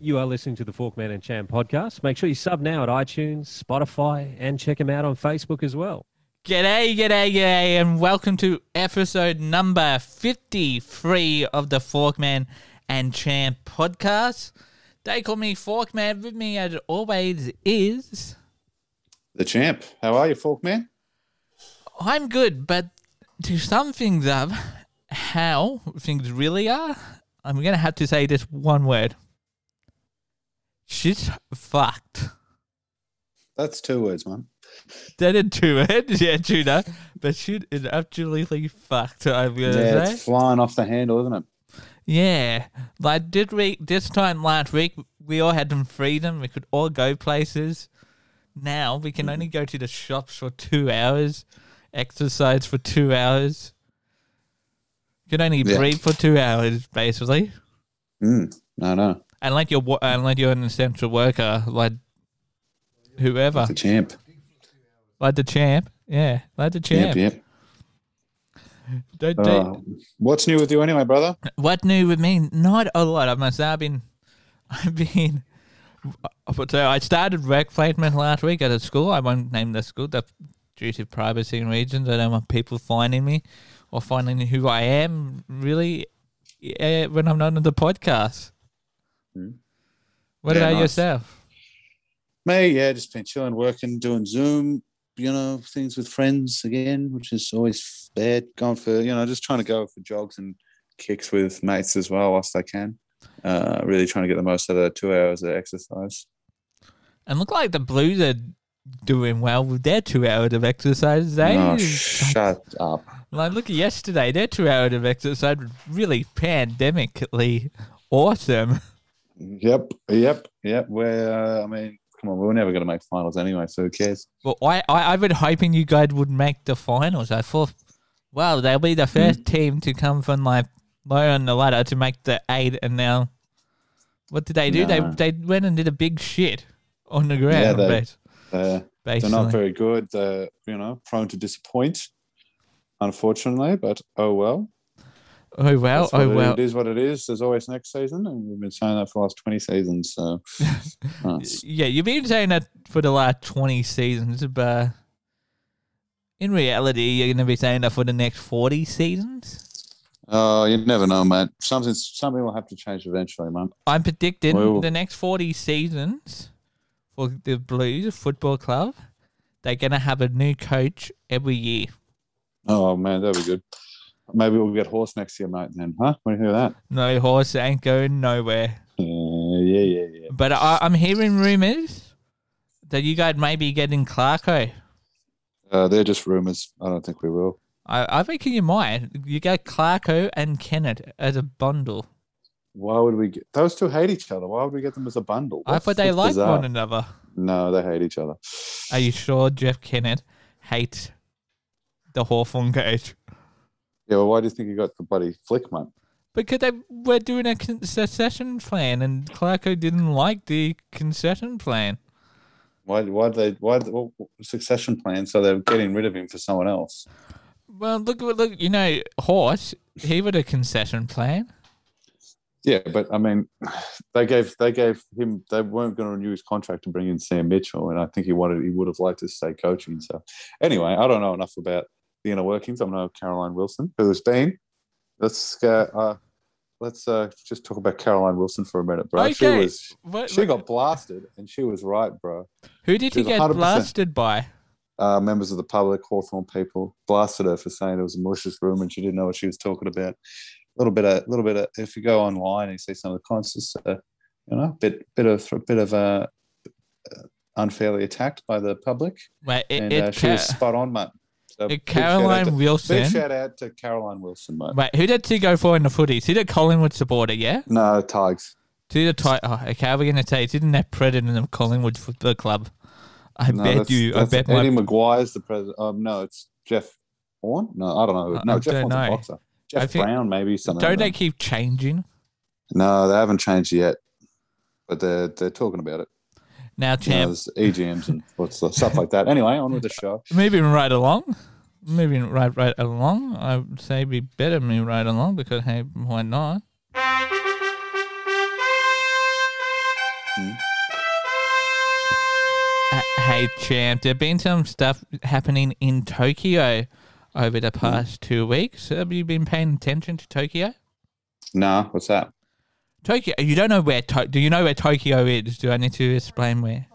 You are listening to the Forkman and Cham podcast. Make sure you sub now at iTunes, Spotify, and check them out on Facebook as well. G'day, g'day, g'day, and welcome to episode number 53 of the Forkman and Champ podcast. They call me Forkman. With me, as always, is The champ. How are you, Fork Man? I'm good, but to sum things up, how things really are, I'm going to have to say this one word. She's fucked. That's two words, man. That into it, yeah, Judah. But she is absolutely fucked. I'm gonna Yeah, say. it's flying off the handle, isn't it? Yeah, like did we this time last week? We all had some freedom. We could all go places. Now we can only go to the shops for two hours, exercise for two hours. You can only Yeah. breathe for two hours, basically, Mm, no, no. unless you're wo- unless you're an essential worker, like whoever, The champ. like the champ. Yeah, like the Yep, champ. yep. Don't, don't- Uh, what's new with you anyway, brother? what new with me? Not a lot. I must say, I've been, I've been. uh, So I started work placement last week at a school. I won't name the school. That's due to privacy and reasons. I don't want people finding me or finding who I am really uh, when I'm not on the podcast. Mm. What Yeah, about nice. yourself? Me, yeah, just been chilling, working, doing Zoom, you know, things with friends again, which is always bad. Going for, you know, just trying to go for jogs and kicks with mates as well whilst I can. Uh, really trying to get the most out of the two hours of exercise. And look like the Blues are doing well with their two hours of eh? exercise. They oh, shut up. Like, look at yesterday. Their two hour of exercise was really pandemically awesome. Yep, yep, yep. We're, uh, I mean, come on, we were never going to make finals anyway, so who cares? Well, I, I, I've been hoping you guys would make the finals. I thought, wow, they'll be the 1st Hmm. team to come from like low on the ladder to make the eight. And now, what did they do? No. They they went and did a big shit on the ground. Yeah, they- bas- Uh, They're basically. not very good. They're you know prone to disappoint, unfortunately. But oh well. oh, well. That's what Oh, it- well. It is what it is. There's always next season, and we've been saying that for the last twenty seasons. So that's- Yeah, you've been saying that for the last 20 seasons, but in reality, you're going to be saying that for the next 40 seasons? oh, you never know, mate. Something something will have to change eventually, mate. I'm predicting Well- the next 40 seasons for the Blues Football Club, they're going to have a new coach every year. Oh man, that'd be good. Maybe we'll get horse next year, mate. Then, huh? When you hear that? No horse ain't going nowhere. Uh, yeah, yeah, yeah. But I, I'm hearing rumors that you guys may be getting Clarko. Uh, they're just rumors. I don't think we will. I, I reckon you might. You got Clarko and Kennett as a bundle. Why would we get those two? Hate each other. Why would we get them as a bundle? I That's- thought they that's liked bizarre. one another. No, they hate each other. Are you sure Jeff Kennett hates the Hawthorn coach? Yeah, well, why do you think you got the bloody flick, mate? Because they were doing a concession plan, and Clarko didn't like the concession plan. Why? Why do they? Why well, succession plan? So they're getting rid of him for someone else. Well, look, look, you know, Horse, he would a concession plan. Yeah, but I mean, they gave they gave him they weren't going to renew his contract and bring in Sam Mitchell, and I think he wanted he would have liked to stay coaching. So anyway, I don't know enough about the inner workings. I'm no Caroline Wilson, who has been. Let's uh, uh, let's uh, just talk about Caroline Wilson for a minute, bro. She Okay. was What, she got blasted, and she was right, bro. who did he she's get 100%. blasted by? uh, members of the public, Hawthorne people, blasted her for saying it was a malicious rumor and she didn't know what she was talking about. A little bit of, little bit of. If you go online and you see some of the comments, it's, uh, you know, bit, bit of, bit of uh, uh, unfairly attacked by the public, Wait, it, and it, uh, she Ca- was spot on, mate. So it big Caroline shout out to, big Wilson. shout out to Caroline Wilson, mate. Wait, who did she go for in the footies? He did Collingwood supporter, yeah? No tags. To the tight. Oh, okay, we're going to say, didn't that president of Collingwood Football Club? I No, bet that's- you. I that's bet my Eddie McGuire's the president. Um, no, it's Jeff Horn. No, I don't know. I- Who, no, I Jeff don't Horn's a know. boxer. Jeff think- Brown, maybe something. like Don't that. they keep changing? No, they haven't changed yet, but they're they're talking about it. Now, You know, champ, there's EGMs and what's the, stuff like that. Anyway, on with the show. moving right along. Moving right, right along. I would say we better move right along because hey, why not? Hmm. Uh, Hey, champ, there have been some stuff happening in Tokyo over Hmm. the past two weeks. Have you been paying attention to Tokyo? Nah, what's that? Tokyo, you don't know where, to- do you know where Tokyo is? Do I need to explain where?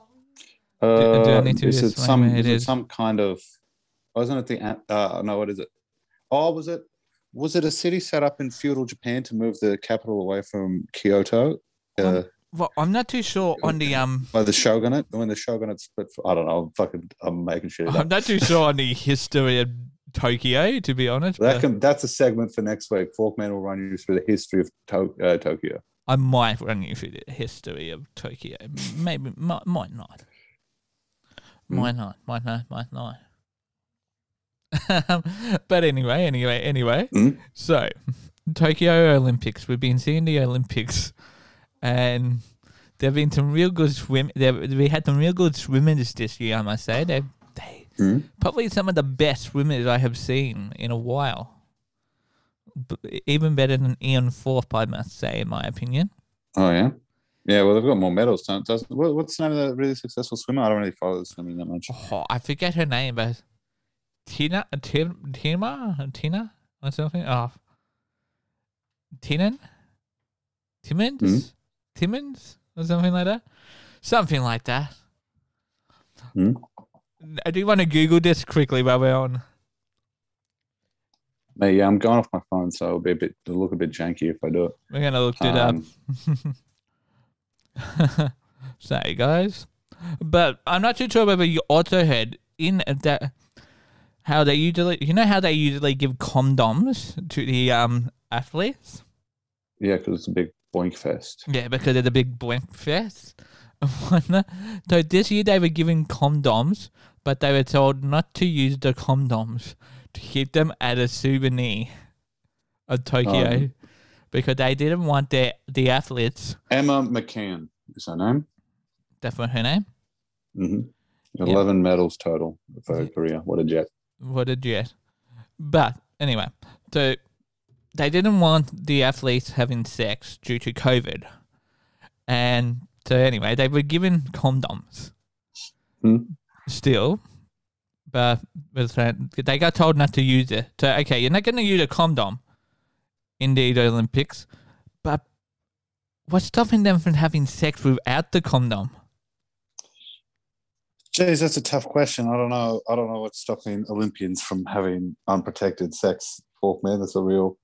do I Uh, need to is it explain some? where it Is it is? some kind of? Wasn't it the? an- Uh, no, what is it? Oh, was it? Was it a city set up in feudal Japan to move the capital away from Kyoto? Uh, Well, I'm not too sure on the, um, by the shogunate when the shogunate split. I don't know. I'm fucking. I'm making shit up. I'm not too sure on the history of Tokyo, to be honest. That but can, that's a segment for next week. Forkman will run you through the history of to- uh, Tokyo. I might run you through the history of Tokyo. Maybe, might, might not. Hmm. Might not, might not, might not. but anyway, anyway, anyway. Hmm? So, Tokyo Olympics. We've been seeing the Olympics, and there have been some real good swim. There, we had some real good swimmers this year, I must say. They, they Hmm? probably some of the best swimmers I have seen in a while. B- even better than Ian Thorpe, I must say, in my opinion. Oh yeah, yeah. Well, they've got more medals. Don't, doesn't what, what's the name of that really successful swimmer? I don't really follow the swimming that much. Oh, I forget her name, but Tina, Tim, Tima, Tina, or something. Oh, Tinan, Timmins, Hmm? Timmins, or something like that. Something like that. Hmm. I do want to Google this quickly while we're on. But, yeah, I'm going off my phone, so it'll be a bit it'll look a bit janky if I do it. We're gonna look it Um, up. Sorry, guys, but I'm not too sure whether you also heard in that how they usually you know how they usually give condoms to the um athletes. Yeah, because it's a big boink fest. Yeah, because of the big blank fest. and whatnot. so this year they were given condoms, but they were told not to use the condoms to keep them at a souvenir of Tokyo because they didn't want their the athletes. Emma McCann is her name. That's what her name. hmm Yeah. Eleven medals total for her career. What a jet! What a jet. But anyway, so they didn't want the athletes having sex due to COVID. And so anyway, they were given condoms. Hmm. Still, but but they got told not to use it. So okay, you're not going to use a condom in the Olympics, but what's stopping them from having sex without the condom? Jeez, that's a tough question. I don't know. I don't know what's stopping Olympians from having unprotected sex. Fork man, that's a real.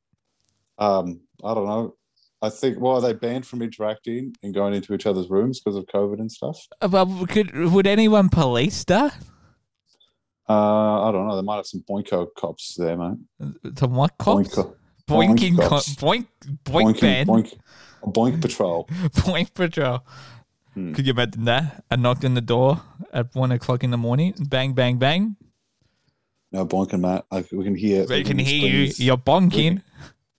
Um, I don't know. I think. Well, are they banned from interacting and going into each other's rooms because of COVID and stuff? Uh, Well, could would anyone police that? Uh, I don't know. They might have some boinko cops there, mate. To what cops? Boinko, Boinking Boink co- cops. boink boink boinking, band boink, boink patrol. boink patrol. Hmm. Could you imagine that? I knocked on the door at one o'clock in the morning. Bang bang bang. No boinking, Matt. Like, we can hear. They we can hear you. springs- You're bonking.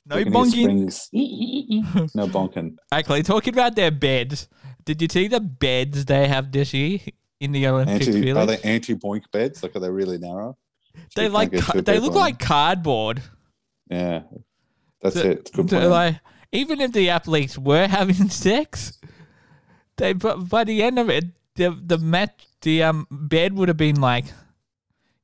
No we can hear bonking. springs. no bonking. Actually, talking about their beds. Did you see the beds they have this year in the Olympic Anti, are Village? they anti-boink beds? Like, are they really narrow? They, You can't like get ca- two they people look in. like cardboard. Yeah, that's So- it. It's a Good so, plan. like, even if the athletes were having sex, they but by the end of it, the the mat the um bed would have been like,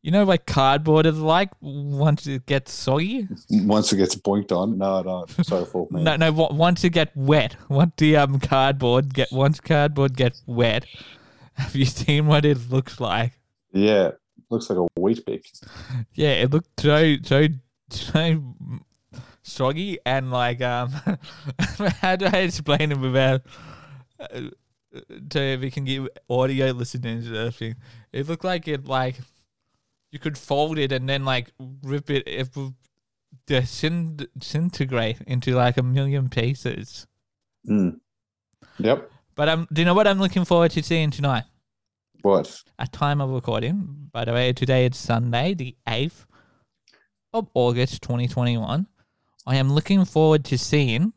you know, like cardboard is like once it gets soggy. Once it gets boinked on, no, no, sorry, fault man. No, no. wa- Once it get wet, once the um cardboard get once cardboard gets wet, have you seen what it looks like? Yeah, looks like a wheat pick. Yeah, it looked so so so soggy and like um. how do I explain it without? Uh, so we can give audio listeners the thing. It looked like it like you could fold it and then like rip it. It would disin- disintegrate into like a million pieces. Mm. Yep. But um, do you know what I'm looking forward to seeing tonight? What? at time of recording, by the way, today it's Sunday, the 8th of August 2021. I am looking forward to seeing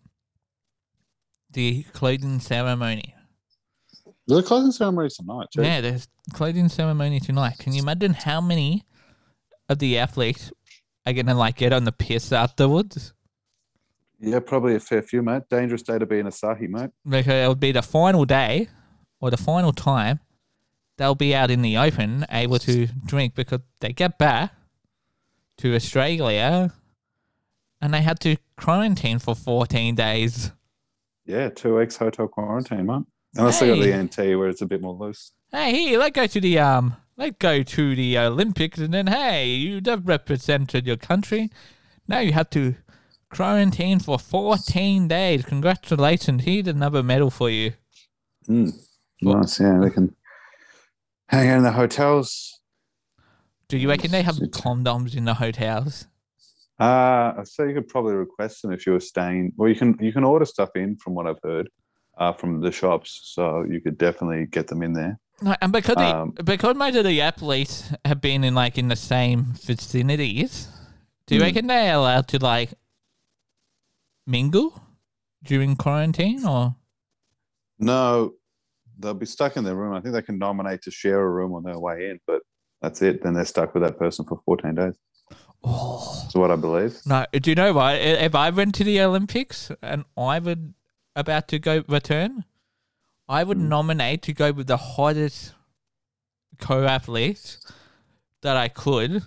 the clothing ceremony. The closing ceremony tonight. Too. Yeah, there's clothing ceremony tonight. Can you imagine how many of the athletes are going to like get on the piss afterwards? Yeah, probably a fair few, mate. Dangerous day to be in Asahi, mate. Because it'll be the final day or the final time, they'll be out in the open able to drink because they get back to Australia and they had to quarantine for 14 days. Yeah, two weeks hotel quarantine, mate. Unless they got Hey. the NT where it's a bit more loose. Hey, here, let go to the um, let go to the Olympics, and then hey, you have represented your country. Now you have to quarantine for 14 days. Congratulations, here's another medal for you. Mm. Nice, yeah. They can hang out in the hotels. Do you reckon they have Shit. condoms in the hotels? Uh so you could probably request them if you were staying. Well, you can you can order stuff in from what I've heard uh, from the shops, so you could definitely get them in there. No, and because they, Um, because most of the athletes have been in like in the same vicinities, do you Hmm. reckon they're allowed to like mingle during quarantine or? No, they'll be stuck in their room. I think they can nominate to share a room on their way in, but that's it. Then they're stuck with that person for 14 days. Oh. That's what I believe. No, do you know what? I- If I went to the Olympics and I would about to go return, I would Mm. nominate to go with the hottest co-athletes that I could.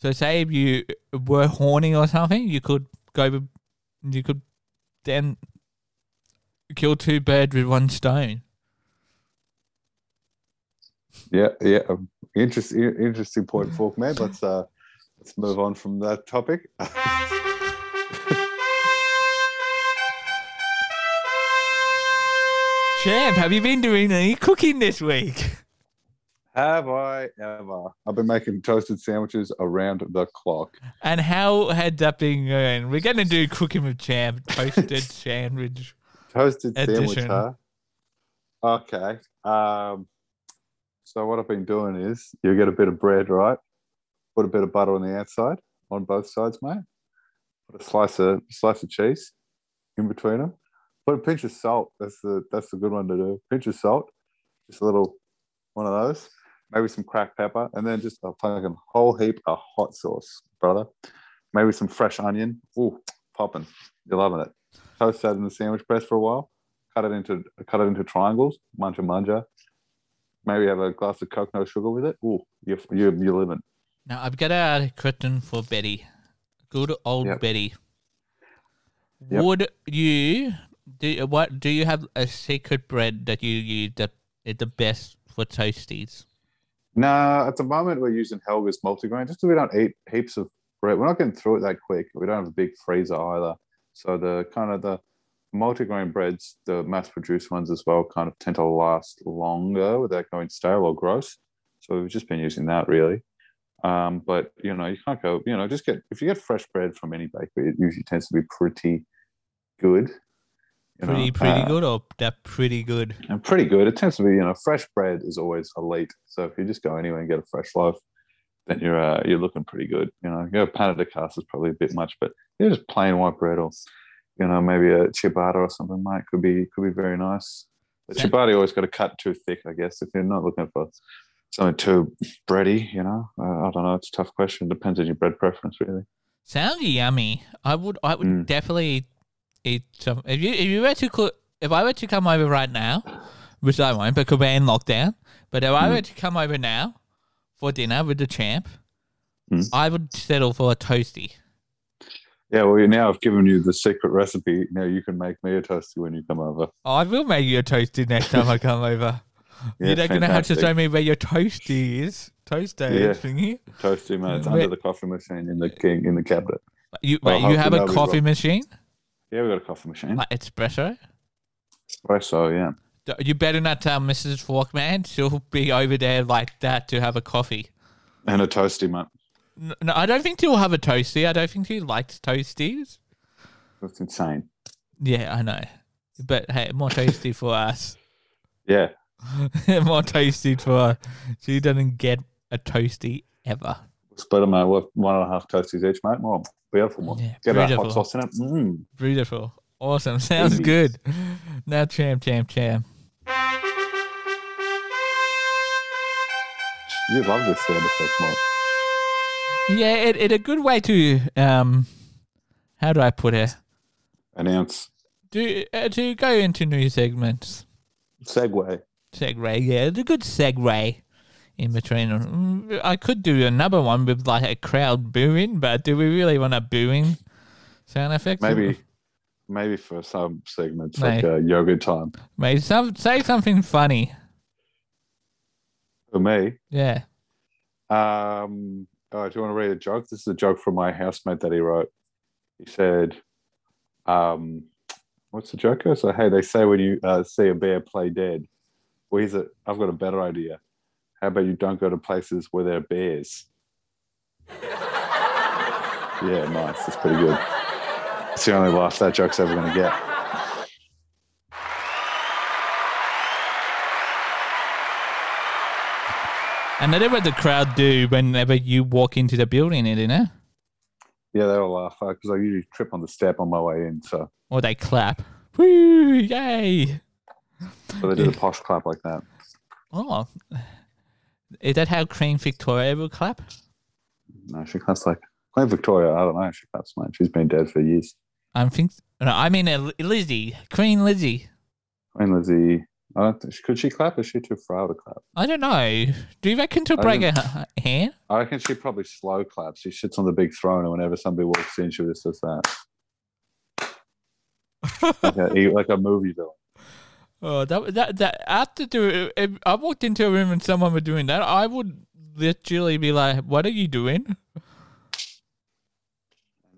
So, say if you were horny or something, you could go with, you could then kill two birds with one stone. Yeah, yeah. um, Interesting, interesting point, Fork Man. Let's uh, let's move on from that topic. Champ, have you been doing any cooking this week? Have I ever? I've been making toasted sandwiches around the clock. And how had that been going? We're going to do cooking with champ, toasted sandwich. Toasted Edition. sandwich, huh? Okay. Um, so what I've been doing is you get a bit of bread, right? Put a bit of butter on the outside, on both sides, mate. Put a slice of slice of cheese in between them. Put a pinch of salt. That's the that's the good one to do. Pinch of salt, just a little one of those. Maybe some cracked pepper, and then just a fucking whole heap of hot sauce, brother. Maybe some fresh onion. Ooh, popping. You're loving it toast that in the sandwich press for a while, cut it into cut it into triangles, muncha muncha. Maybe have a glass of coconut sugar with it. Ooh, you're you're, you're living. Now I've got a question for Betty. Good old Yep. Betty. Yep. Would you do what? Do you have a secret bread that you use that is the best for toasties? Nah, at the moment we're using Helga's multigrain just 'cause we don't eat heaps of bread. We're not getting through it that quick. We don't have a big freezer either. So the kind of the multigrain breads, the mass-produced ones as well, kind of tend to last longer without going stale or gross. So we've just been using that really. Um, but you know, you can't go. You know, just get if you get fresh bread from any bakery, it usually tends to be pretty good. you know. Pretty, pretty Uh, good, or that pretty good. and pretty good. It tends to be, you know, fresh bread is always elite. So if you just go anywhere and get a fresh loaf, then you're uh, you're looking pretty good. You know, you know, pan de cast is probably a bit much, but you know, just plain white bread or you know maybe a ciabatta or something might could be could be very nice. The Sen- ciabatta you always got to cut too thick, I guess. If you're not looking for something too bready, you know, uh, I don't know. It's a tough question. Depends on your bread preference, really. Sounds yummy. I would, I would Mm. definitely eat some. If you, if you were to cook, if I were to come over right now, which I won't because we're in lockdown. But if I Mm. were to come over now for dinner with the champ, Mm. I would settle for a toasty. Yeah. Well, now I've given you the secret recipe. Now you can make me a toasty when you come over. Oh, I will make you a toasty next time I come over. Yeah, You're not gonna have to fantastic. show me where your toasty is. Toast day Yeah. thingy. Toasty man, it's Yeah. under the coffee machine in the king in the cabinet. You, Well, wait, you hopefully have a that'll be Hmm? coffee wrong. machine, Yeah, we got a coffee machine. like espresso. Espresso, yeah. D- You better not tell Mrs. Forkman she'll be over there like that to have a coffee. And a toasty man. N- No, I don't think she'll have a toasty. I don't think she likes toasties. That's insane. Yeah, I know. But hey, more toasty for us. Yeah. more toasty for her. She doesn't get a toasty ever. Split them out with one and a half toasties each, mate. Well, beautiful one. Yeah, Get a beautiful. hot sauce in it. Mm. Beautiful. Awesome. Sounds Indeed. good. Now, champ, champ, champ. You love this sound effect, mate. Yeah, it, it a good way to um, how do I put it? Announce. Do uh, to go into new segments. Segway. segue. Yeah, it's a good segue in between. Mm, I could do another one with like a crowd booing, but do we really want a booing sound effect? Maybe, maybe for some segments like Mate. uh, yoga time. Maybe some say something funny. For me, Yeah. Um, oh, do you want to read a joke? This is a joke from my housemate that he wrote. He said, um, "What's the joke?" I said, "Hey, they say when you uh, see a bear, play dead." Well, he's a, I've got a better idea. How about you don't go to places where there are bears? yeah, nice. That's pretty good. It's the only laugh that joke's ever going to get. And that is what the crowd do whenever you walk into the building, isn't it? Yeah, they all laugh because I usually trip on the step on my way in. So, Or they clap. Woo! Yay! so they do the posh clap like that. Oh. Is that how Queen Victoria will clap? No, she claps like Queen Victoria. I don't know. She claps, mate. She's been dead for years. I think. No, I mean uh, Lizzie, Queen Lizzie. Queen Lizzie. I don't think, could she clap? Is she too frail to clap? I don't know. Do you reckon to I break a ha- hand? I reckon she probably slow claps. She sits on the big throne, and whenever somebody walks in, she just does that. like, a, like a movie villain. Oh, that that that after do. If I walked into a room and someone were doing that, I would literally be like, "What are you doing?"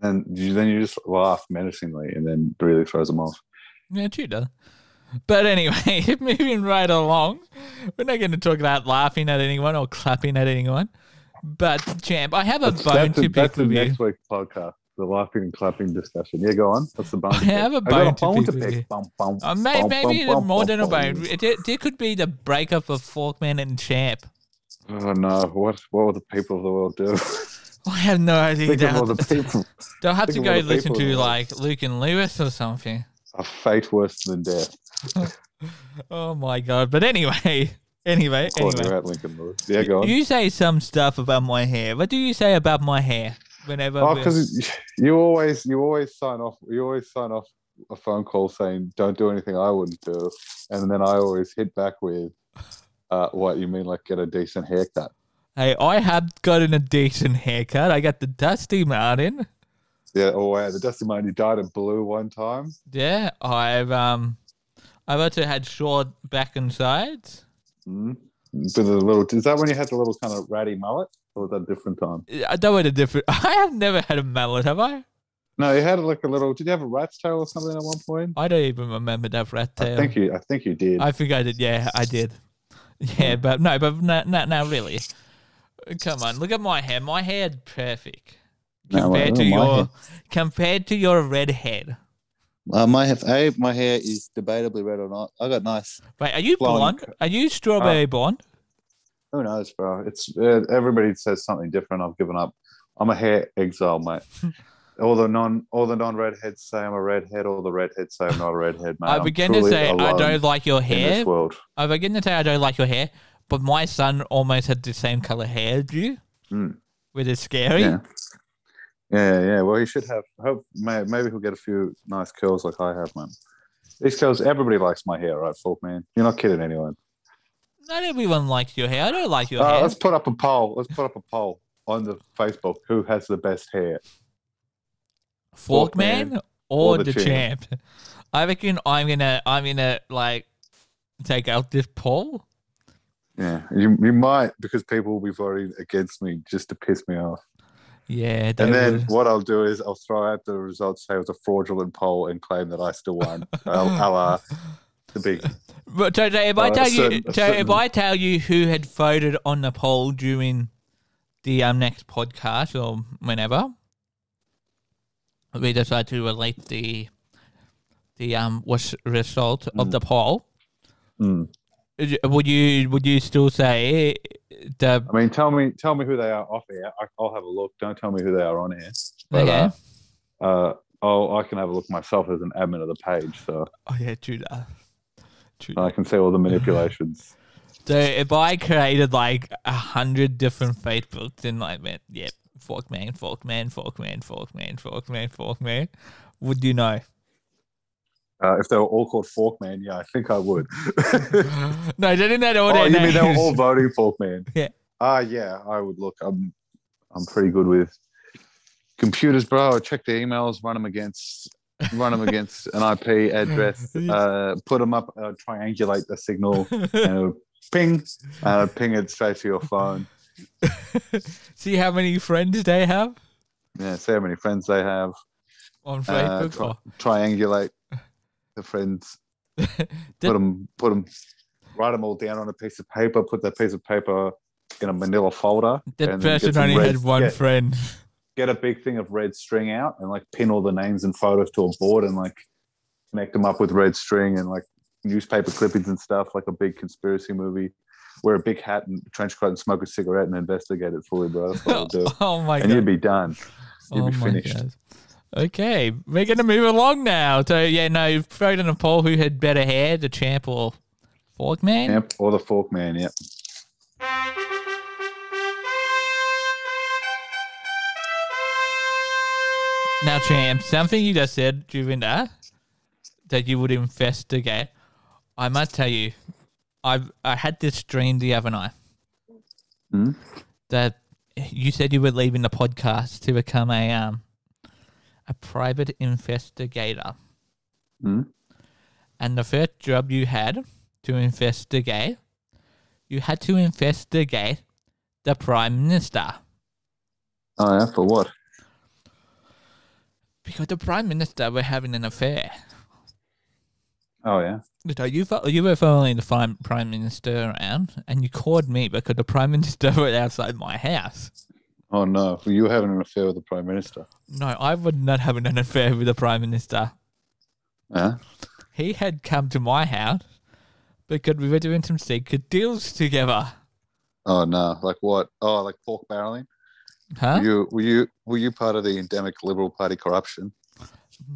And you, then you just laugh menacingly, and then really throws them off. Yeah, Tudor. But anyway, moving right along, we're not going to talk about laughing at anyone or clapping at anyone. But champ, I have a That's, bone that's, to a, that's pick the with you. next week's podcast. The laughing and clapping discussion. Yeah, go on. That's the bone. I have a got bone to pick with you. Bum, bum, Uh, may, bum, bum, maybe it's bum, more bum, than a bum. bone. It, it, it could be the breakup of Forkman and Champ. Oh no! What what will the people of the world do? I have no idea. Think of all They'll, the people. they'll have to think go of all the listen people to that- like Luke and Lewis or something. A fate worse than death. Oh my god! But anyway, anyway, According anyway. to that Lincoln Lewis. Yeah, go on. You say some stuff about my hair. What do you say about my hair? Whenever Oh, we're- because you always you always sign off you always sign off a phone call saying don't do anything I wouldn't do, and then I always hit back with, uh, "What you mean like get a decent haircut?" Hey, I have gotten a decent haircut. I got the Dusty Martin. Yeah, oh wow, the Dusty Martin you dyed it blue one time. Yeah, I've um, I've also had short back and sides. Mm. With the little is that when you had the little kind of ratty mullet, or was that a different time? I don't want a different. I have never had a mallet, have I? No, you had like a little. Did you have a rat's tail or something at one point? I don't even remember that rat tail. I think you. I think you did. I think I did. Yeah, I did. Yeah, but no, but no, no, no, really. Come on, look at my hair. My hair is perfect No, compared well, to my your hair- compared to your red head. Uh, my hair, A, my hair is debatably red or not. I got nice. Wait, are you Blonde. blonde? Are you Uh, strawberry blonde? Who knows, bro? It's uh, everybody says something different. I've given up. I'm a hair exile, mate. all the non all the non redheads say I'm a redhead. All the redheads say I'm not a redhead, mate. I I'm begin to truly say I alone don't like your in hair. this world. I begin to say I don't like your hair, but my son almost had the same color hair as you, Mm. which is scary. Yeah. yeah, yeah. Well, you should have. Hope may, maybe he'll get a few nice curls like I have, man. These curls, everybody likes my hair, right, Fork Man? You're not kidding anyone. Not everyone likes your hair. I don't like your Uh, hair. let's put up a poll. Let's put up a poll on the Facebook. Who has the best hair? Forkman or, or the, the champ. champ. I reckon I'm gonna I'm gonna like take out this poll. Yeah, you, you might because people will be voting against me just to piss me off. Yeah, they And then would. what I'll do is I'll throw out the results, say it was a fraudulent poll, and claim that I still won. I'll, i the big. But so, so if I Uh, tell you, certain- so if certain- I tell you who had voted on the poll during the um, next podcast or whenever we decide to release the the um was result of the poll, Mm. is- would you would you still say the I mean, tell me, tell me who they are off air. I, I'll have a look. Don't tell me who they are on air. But, okay? uh, uh, oh, I can have a look myself as an admin of the page, so oh yeah, Judah. Judah. I can see all the manipulations. So if I created like a hundred different Facebooks, then like, man, yep, fork man, fork man, fork man, fork man, fork man, fork man, would you know? Uh, if they were all called Forkman, yeah, I think I would. no, they didn't have all oh, their you mean names. they were all voting Forkman? Yeah. Ah, yeah, I would look. I'm, I'm pretty good with computers, bro. I check the emails, run them against, run them against an IP address, uh, put them up, uh, triangulate the signal, and it would ping, and it'd ping it straight to your phone. See how many friends they have Yeah, see how many friends they have. on Uh, Facebook. Oh, tri- triangulate the friends. put them, put them, write them all down on a piece of paper. Put that piece of paper in a Manila folder. that and then get person some only red- had one get- friend. get a big thing of red string out and like pin all the names and photos to a board and like connect them up with red string and like newspaper clippings and stuff, like a big conspiracy movie. Wear a big hat and trench coat and smoke a cigarette and investigate it fully, bro. That's what I'll do. oh my and you'd god. be done. you'd oh be my finished. god. Okay, we're gonna move along now. So yeah, no, Foden and Paul, who had better hair, the champ or Forkman? Yep. Or the fork man, yep. Now, champ, something you just said, Juvinda, that you would investigate. I must tell you, I I had this dream the other night Hmm? that you said you were leaving the podcast to become a um a private investigator, Hmm? and the first job you had to investigate, you had to investigate the prime minister. Oh yeah, for what? Because the prime minister were having an affair. Oh yeah. So you fo- you were following the prime prime minister around, and you called me because the prime minister was outside my house. Oh no. Well, you were having an affair with the Prime Minister. No, I would not have an affair with the prime minister. Yeah. He had come to my house because we were doing some secret deals together. Oh no. Like what? Oh like pork barreling? Huh? Were you were you were you part of the endemic Liberal Party corruption?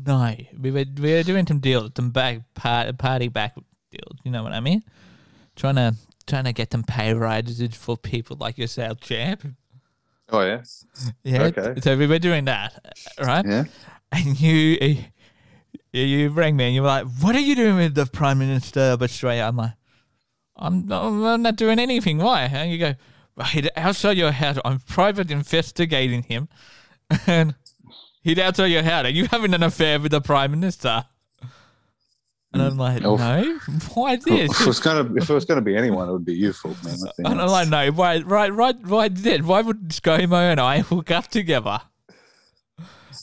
No, we were we were doing some deals, some back party, party back deals. You know what I mean? Trying to trying to get them pay rises for people like yourself, champ. Oh yeah. Yeah. Okay. So we were doing that, right? Yeah. and you eh, you rang me and you were like, "What are you doing with the Prime Minister of Australia?" I'm like, "I'm not, I'm not doing anything. Why?" And you go, well, "He'd outside your house. I'm private investigating him, and he'd outside your house. Are you having an affair with the Prime Minister?" And I'm like, Oh. "No. Why if it this?" was gonna if it was gonna be anyone, it would be you, folk man. I think. And I'm like, "No. Why? Right? Right? Why did? Why would ScoMo and I hook up together?"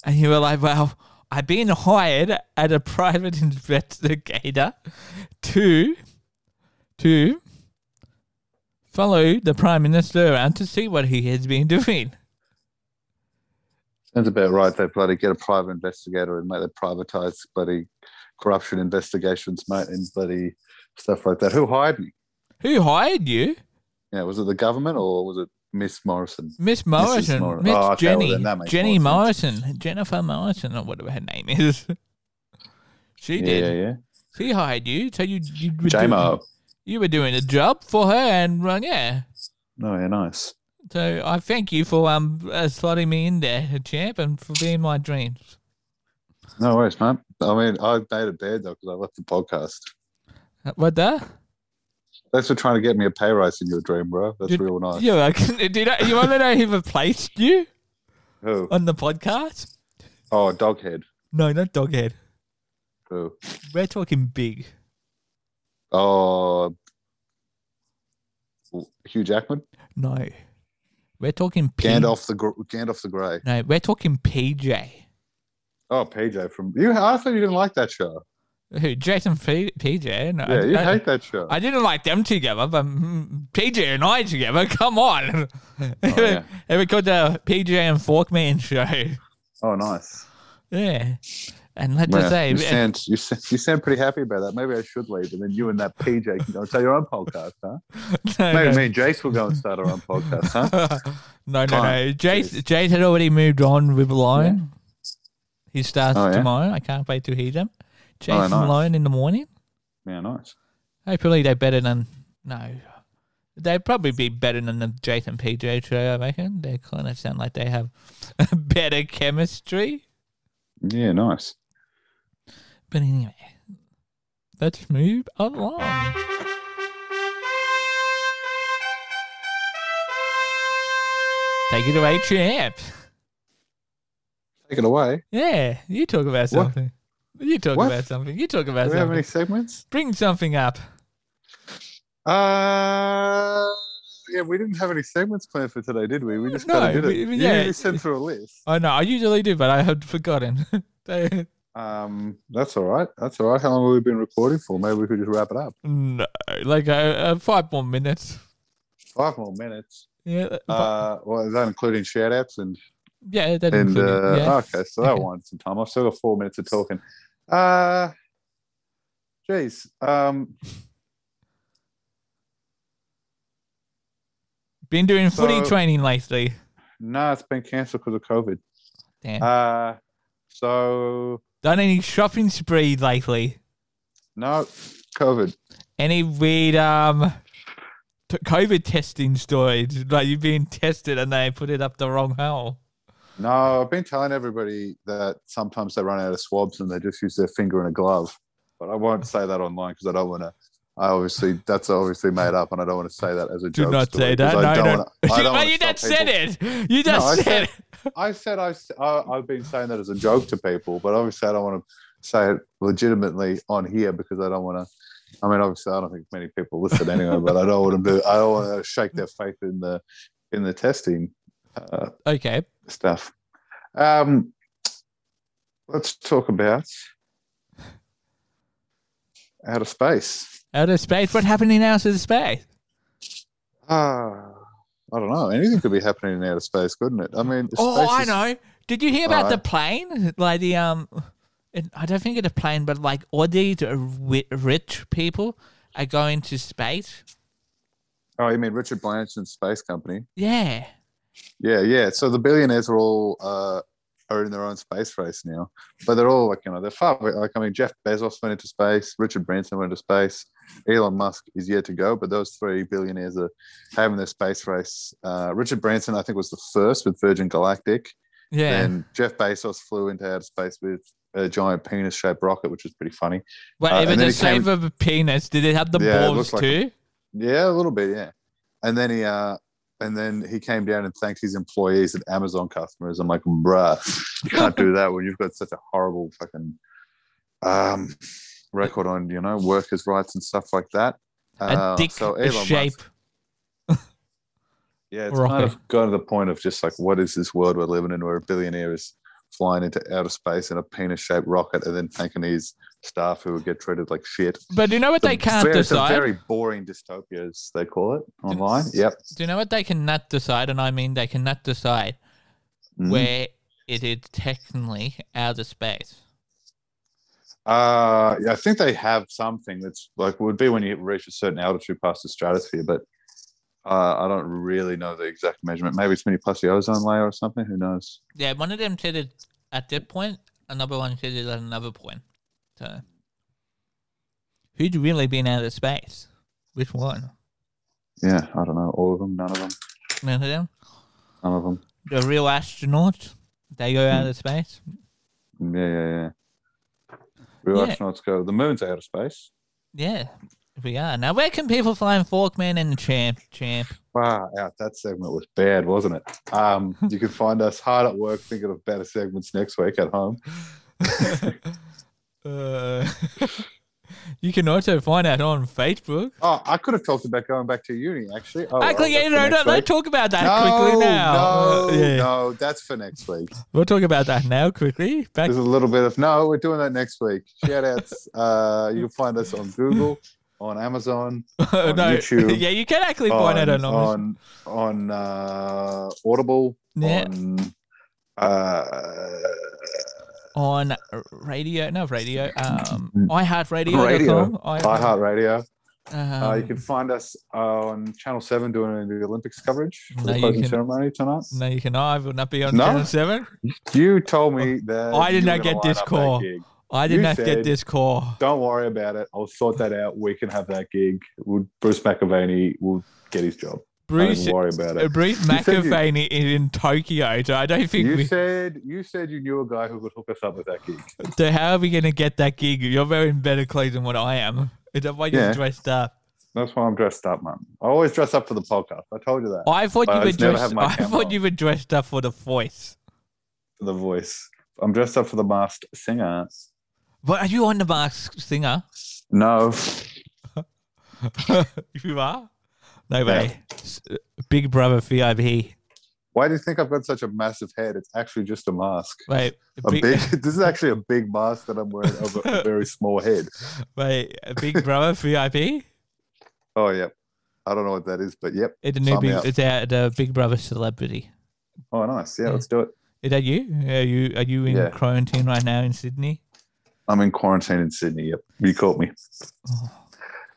And you were like, well, I've been hired at a private investigator to to follow the Prime Minister around to see what he has been doing. Sounds about right. They bloody get a private investigator and make they privatise bloody corruption investigations, mate, and bloody stuff like that. Who hired me? Who hired you? Yeah, was it the government or was it Miss Morrison? Miss Morrison. Morrison. Miss Oh, okay, well, Jenny. then that makes Jenny more Morrison. Jennifer Morrison or whatever her name is. She yeah, did. yeah, yeah. She hired you. So you you were, JMO. doing, you were doing a job for her and well, yeah. Oh yeah, nice. So I thank you for um uh, slotting me in there, champ, and for being my dreams. No worries, mate. I mean, I made it bad though because I left the podcast. What the? Thanks for trying to get me a pay rise in your dream, bro. That's Did- real nice. You like, did I, you want to know who replaced you Who? on the podcast? Oh, Doghead. No, not Doghead. Who? We're talking big. Oh, Hugh Jackman. No, we're talking P- Gandalf the Gr- Gandalf the Grey. No, we're talking PJ. Oh, PJ from you. I thought you didn't like that show. Who? Jason P- PJ. No, I- Yeah, you I, hate that show. I didn't like them together, but mm, PJ and I together. Come on. Oh, yeah. it was called the PJ and Forkman show. oh, nice. Yeah. And let's Yeah, just say, you sound you, sa- you sound pretty happy about that. Maybe I should leave, and then you and that PJ can go and start your own podcast, huh? no, Maybe no. me and Jace will go and start our own podcast, huh? no, no, no. Time. Jace, Jace had already moved on with Lion. He starts Oh, yeah? Oh, tomorrow. I can't wait to hear them. Jace and nice. Lion in the morning. Yeah, nice. Hopefully they're better than no. They'd probably be better than the Jace and PJ show. I reckon they kind of sound like they have better chemistry. Yeah, nice. But anyway, Let's move along. Take it away, champ. Take it away. Yeah, you talk about What? something. You talk What? about something. You talk Do about we have something. any segments? Bring something up. Uh, yeah, we didn't have any segments planned for today, did we? We just No, kind of did we- it. we- you yeah. just sent through a list. Oh no, I usually do, but I had forgotten. So, Um, that's all right. That's all right. How long have we been recording for? Maybe we could just wrap it up. no, like uh, uh, five more minutes. Five more minutes. Yeah, but- Uh, well, is that including shout outs and yeah, that and included, uh, yeah. okay, so that wanted some time. I've still got four minutes of talking. Uh, geez, um, Been doing footy so- training lately. no, it's been cancelled because of COVID. Damn. Uh, so Done any shopping spree lately? no, COVID. Any weird um t- COVID testing stories? Like you've been tested and they put it up the wrong hole. No, I've been telling everybody that sometimes they run out of swabs and they just use their finger and a glove. But I won't say that online because I don't want to. I obviously that's obviously made up, and I don't want to say that as a Do joke. not story say 'cause that. I No, don't no. wanna- I don't but wanna you stop just people- said it. You No, I just said said- it. I said I've, I- I've been saying that as a joke to people, but obviously I don't want to say it legitimately on here because I don't want to. I mean, obviously I don't think many people listen anyway, but I don't want to. Do, I don't want to shake their faith in the in the testing uh, Okay. stuff. Um, let's talk about outer space. Outer space. What happened in outer space? Ah, I don't know. Anything could be happening in outer space, couldn't it? I mean, Oh, space I is- know. Did you hear about the Alright. plane? Like the um, it, I don't think it's a plane, but like all these ri- rich people are going to space. Oh, you mean Richard Blanson's space company? Yeah. Yeah, yeah. So the billionaires are all uh, are in their own space race now, but they're all like you know they're far. away. Like I mean, Jeff Bezos went into space, Richard Branson went into space, Elon Musk is yet to go, but those three billionaires are having their space race. Uh, Richard Branson, I think, was the first with Virgin Galactic. Yeah. Then Jeff Bezos flew into outer space with a giant penis-shaped rocket, which was pretty funny. Wait, Uh, if and then it's a it came- shape of a penis, did it have the Yeah, it balls looked like too? Yeah, a little bit, yeah. And then he uh and then he came down and thanked his employees and Amazon customers. I'm like, bruh, you can't do that when you've got such a horrible fucking um record on, you know, workers' rights and stuff like that. a Uh, dick Musk- shape. yeah, it's rocket. kind of gone to the point of just like, what is this world we're living in where a billionaire is flying into outer space in a penis shaped rocket and then thanking his staff who would get treated like shit. But do you know what they It's a can't very- it's a decide? very boring dystopia, as they call it online. Yep. Do you know what they cannot decide? And I mean, they cannot decide Mhm. where it is technically outer space. Uh, yeah, I think they have something that's like would be when you reach a certain altitude past the stratosphere, but uh, I don't really know the exact measurement. Maybe it's when you pass the ozone layer or something. Who knows? Yeah, one of them said it at that point, another one said it at another point. So, who'd really been out of space? Which one? Yeah, I don't know. All of them, none of them, None of them? none of them. The real astronauts? They go out of Hmm. space? Mm, Yeah, yeah, yeah. Real Yeah. astronauts go. The moon's out of space. Yeah, we are. Now, where can people find Forkman and Champ? Champ. Wow, out that segment was bad, wasn't it? Um, you can find us hard at work thinking of better segments next week at home. uh, you can also find out on Facebook. Oh, I could have talked about going back to uni actually. Oh, well, Actually, that's you for know, next no, don't week. talk about that quickly now. No, Uh, yeah. no, that's for next week. We'll talk about that now quickly. Back There's a little bit of no, we're doing that next week. Shout outs. uh, you can find us on Google, on Amazon, oh, no, on YouTube, yeah, you can actually find out on on, on, on uh, Audible, Yeah. on uh, on radio, no radio, um, Mm. iHeartRadio.com. Radio. I, iHeartRadio. um, uh, you can find us on Channel 7 doing the Olympics coverage No, for the you closing can- ceremony tonight. no, you can. I will not be on No. Channel Seven. You told me that. I did you were not gonna get line this up that call. gig. I did You not get said- this call. Don't worry about it. I'll sort that out. We can have that gig. We'll, Bruce McAvaney will get his job. Bruce, even worry about uh, it. Bruce You said you- McAvaney is in Tokyo, so I don't think You we. said you said you knew a guy who could hook us up with that gig. So how are we going to get that gig? You're wearing better clothes than what I am. Is that why you're Yeah. dressed up? That's why I'm dressed up, man. I always dress up for the podcast. I told you that. I thought I you were just never have dressed. my I camera thought on. you were dressed up for the voice. For the voice. I'm dressed up for the masked singer. But are you on the mask singer? No. you are. No way. S- Big Brother VIP. Why do you think I've got such a massive head? It's actually just a mask. Wait, A big, this is actually a big mask that I'm wearing over a very small head. wait, Big Brother VIP. Oh yeah. I don't know what that is, but yep. It's a new Sign me big. up. It's our the Big Brother celebrity. Oh nice. Yeah. Yeah, let's do it. Is that you? Are you are you in Yeah. quarantine right now in Sydney? I'm in quarantine in Sydney. Yep. You caught me. Oh.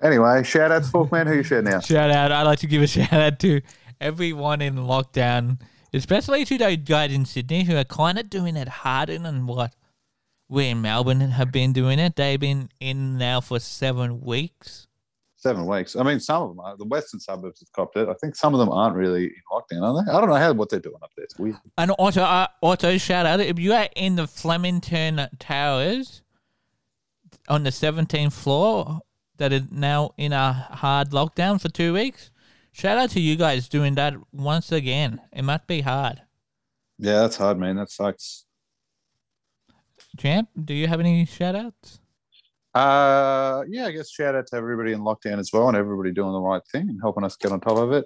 Anyway, shout out to Forkman. Who you shout now? Shout out! I'd like to give a shout out to everyone in lockdown, especially to those guys in Sydney who are kind of doing it harder than what we in Melbourne have been doing it. They've been in now for seven weeks. Seven weeks. I mean, some of them are. The western suburbs have copped it. I think some of them aren't really in lockdown, are they? I don't know how what they're doing up there. It's weird. And also, uh, also shout out if you are in the Flemington Towers on the 17th floor that is now in a hard lockdown for two weeks. Shout out to you guys doing that once again. It must be hard. Yeah, that's hard, man. That sucks. Champ, do you have any shout outs? Uh, yeah, I guess shout out to everybody in lockdown as well, and everybody doing the right thing and helping us get on top of it.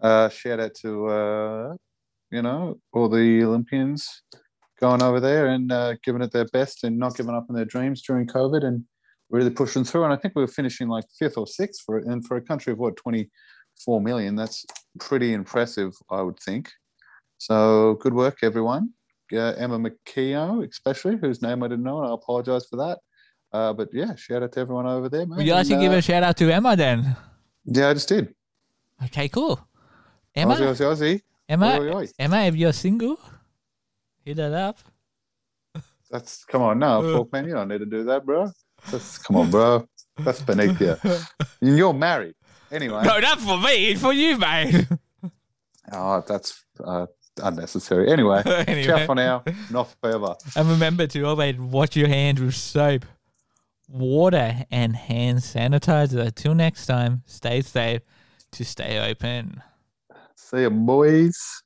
Uh, shout out to uh, you know all the Olympians going over there and uh, giving it their best and not giving up on their dreams during COVID and really pushing through. And I think we were finishing like fifth or sixth for it. And for a country of what twenty four million, that's pretty impressive, I would think. So good work, everyone. Uh, Emma McKeo, especially whose name I didn't know, and I apologise for that. Uh, but yeah, shout out to everyone over there, mate. Would you like to And, give uh, a shout out to Emma then? Yeah, I just did. Okay, cool. Emma, Emma? Aussie, Aussie, Aussie. Emma, Oi, oi, oi. Emma, if you're single, hit that up. That's come on, no, Uh. Fork man, you don't need to do that, bro. That's come on, bro. That's beneath you. And You're married, anyway. No, not for me, it's for you, mate. Oh, that's uh, unnecessary. Anyway, ciao anyway, for now, not forever. and remember to always wash your hands with soap, water, and hand sanitizer. Till next time, stay safe to stay open. See you, boys.